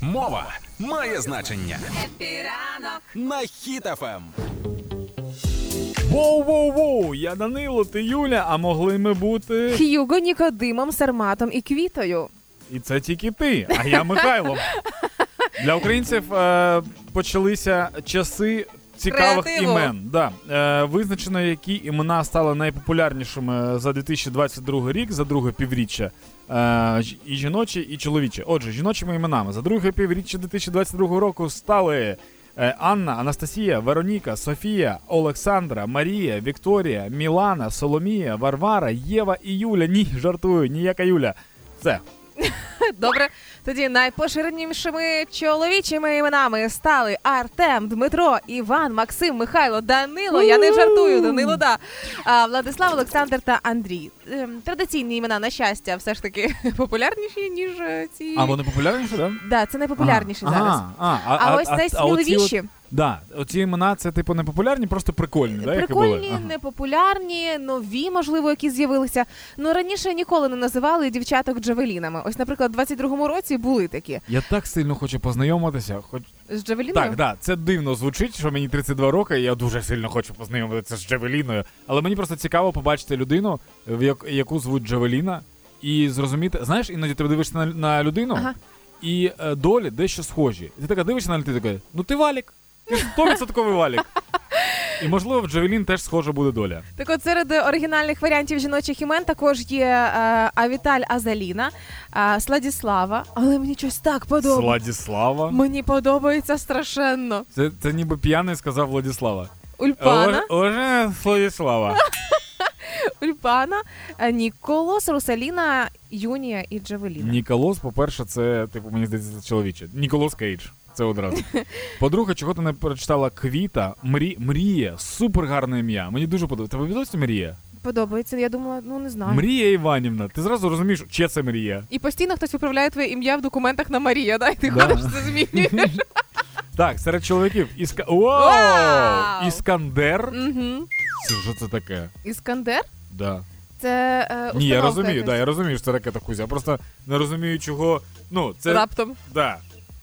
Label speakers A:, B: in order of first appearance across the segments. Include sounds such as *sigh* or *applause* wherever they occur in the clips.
A: Мова має значення
B: Піранок.
A: на Ем. хітафем.
C: Воу-воу-воу, я Данило, ти Юля, а могли ми бути.
D: Х'юго, Нікодимом, Сарматом і Квітою. *laughs*
C: І це тільки ти, а я Михайло. Для українців е, почалися часи цікавих
D: Креативу.
C: імен. Да. Е, визначено, які імена стали найпопулярнішими за 2022 рік, за друге півріччя. Е, ж- і жіночі, і чоловічі. Отже, жіночими іменами за друге півріччя 2022 року стали. е, Анна, Анастасія, Вероніка, Софія, Олександра, Марія, Вікторія, Мілана, Соломія, Варвара, Єва і Юля. Ні, жартую, ніяка Юля. Все,
D: Добре, тоді найпоширенішими чоловічими іменами стали Артем, Дмитро, Іван, Максим, Михайло, Данило. Я не жартую, Данило, да. А, Владислав, Олександр та Андрій. Ем, Традиційні імена, на щастя, все ж таки *laughs* популярніші, ніж е, ці.
C: А вони популярніші, так?
D: Да, це найпопулярніші зараз.
C: А, а,
D: А ось
C: оці
D: найсміливіші,
C: от- Да, оці імена це типу не популярні, просто прикольні, да, які були.
D: прикольні,
C: Ага.
D: непопулярні, нові, можливо, які з'явилися. Ну раніше ніколи не називали дівчаток джавелінами. Ось, наприклад, у 22-му році були такі
C: Я так сильно хочу познайомитися. Хоч
D: з джавеліною.
C: так, да, це дивно звучить, що мені 32 роки, і я дуже сильно хочу познайомитися з Джавеліною. Але мені просто цікаво побачити людину, в як- яку звуть Джавеліна, і зрозуміти. Знаєш, іноді ти дивишся на, на людину,
D: Ага.
C: і е, долі дещо схожі. І ти така дивишся на людину, і ти така, ну ти валік. Ти ж 100% валік. І можливо в Джавелін теж схожа буде доля.
D: Так от серед оригінальних варіантів жіночих імен також є е, Авіталь Азаліна, е, Сладіслава. Але мені щось так подобається.
C: Сладіслава.
D: Мені подобається страшенно.
C: Це, це ніби п'яний сказав Владіслава.
D: Ульпана,
C: Уже Владіслава.
D: Ульпана, е, Ніколос, Русаліна, Юнія і Джавеліна.
C: Ніколос, по-перше, це, типу, мені здається, це чоловіче. Ніколос Кейдж.
D: *laughs*
C: Це одразу. По-друге, чого ти не перечитала квіта, мрі, мрія, супер гарне ім'я. Мені дуже подобається. Тебе відомості мрія?
D: Подобається, я думала, ну не знаю.
C: Мрія Іванівна. Ти зразу розумієш, чия це мрія.
D: І постійно хтось виправляє твоє ім'я в документах на Марія, да? І ти
C: Да.
D: ходиш, це змінюєш.
C: Так, серед чоловіків Іска... Вау!
D: Вау!
C: Іскандер.
D: Мгм.
C: Це що це таке?
D: Іскандер?
C: Да.
D: Це е,
C: Ні, я
D: установка
C: розумію,
D: якась.
C: да, я розумію, що це ракета Кузя. Я просто не розумію, чого. Ну, це.
D: Раптом.
C: Да.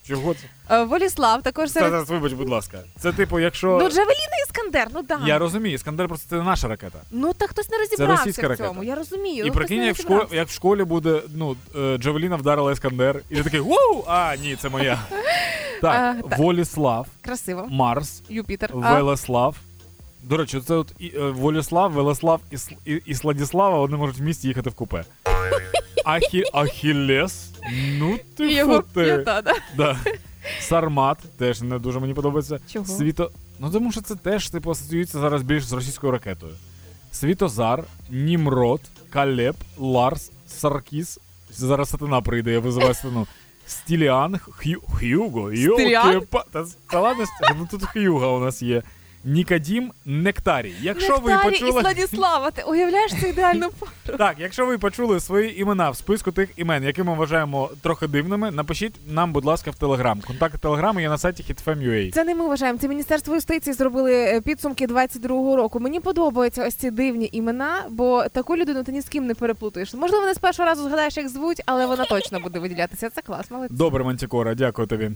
C: Чого це?
D: Е, Воліслав також
C: Це,
D: серед.
C: це, вибач, будь ласка. Це типу, якщо.
D: Ну, Джавеліна Іскандер, ну да.
C: Я розумію, Іскандер просто це не наша ракета.
D: Ну так хтось не
C: Це
D: розібрався в
C: російська
D: цьому.
C: ракета.
D: Я розумію.
C: і
D: ну, хтось
C: прикинь,
D: не
C: як в, школі,
D: розібрався.
C: як в школі буде, ну, е, Джавеліна вдарила Іскандер, і ти такий воу! А, ні, це моя. Так,
D: *laughs* А, так.
C: Воліслав,
D: красиво.
C: Марс,
D: Юпітер. А,
C: Велеслав. До речі, це от і, е, Воліслав, Велеслав і, Сл- і, і Сладіслава, вони можуть в місті їхати
D: *laughs*
C: в купе. Ахі, Ахілес. Ну ти
D: і його
C: фу ти.
D: п'ята, да.
C: Да. Сармат теж не дуже мені подобається.
D: Чого?
C: Світо. Ну тому що це теж типу асоціюється зараз більш з російською ракетою. Світозар, Німрод, Калеп, Ларс, Саркіс. Зараз сатана прийде, я визиваю сатану. Стіліан, Х'ю, Х'юго,
D: Стіліан?
C: Йокепа. Та, та ладно, Стіліан, ну тут Х'юга у нас є. Нікадім, Нектарій. Якщо ви
D: Нектарі і
C: почули.
D: Сладіслава, ти уявляєш це
C: *laughs*
D: ідеальну пару.
C: Так, якщо ви почули свої імена в списку тих імен, які ми вважаємо трохи дивними, напишіть нам, будь ласка, в Телеграм. Контакт Телеграму є на сайті hitfam.ua.
D: Це не ми вважаємо. Це міністерство юстиції зробили е, підсумки 22-го року. Мені подобаються ось ці дивні імена, бо таку людину ти ні з ким не переплутуєш. Можливо, не з першого разу згадаєш, як звуть, але вона точно буде виділятися. Це клас, молодці.
C: Добре, Мантікора, дякую тобі.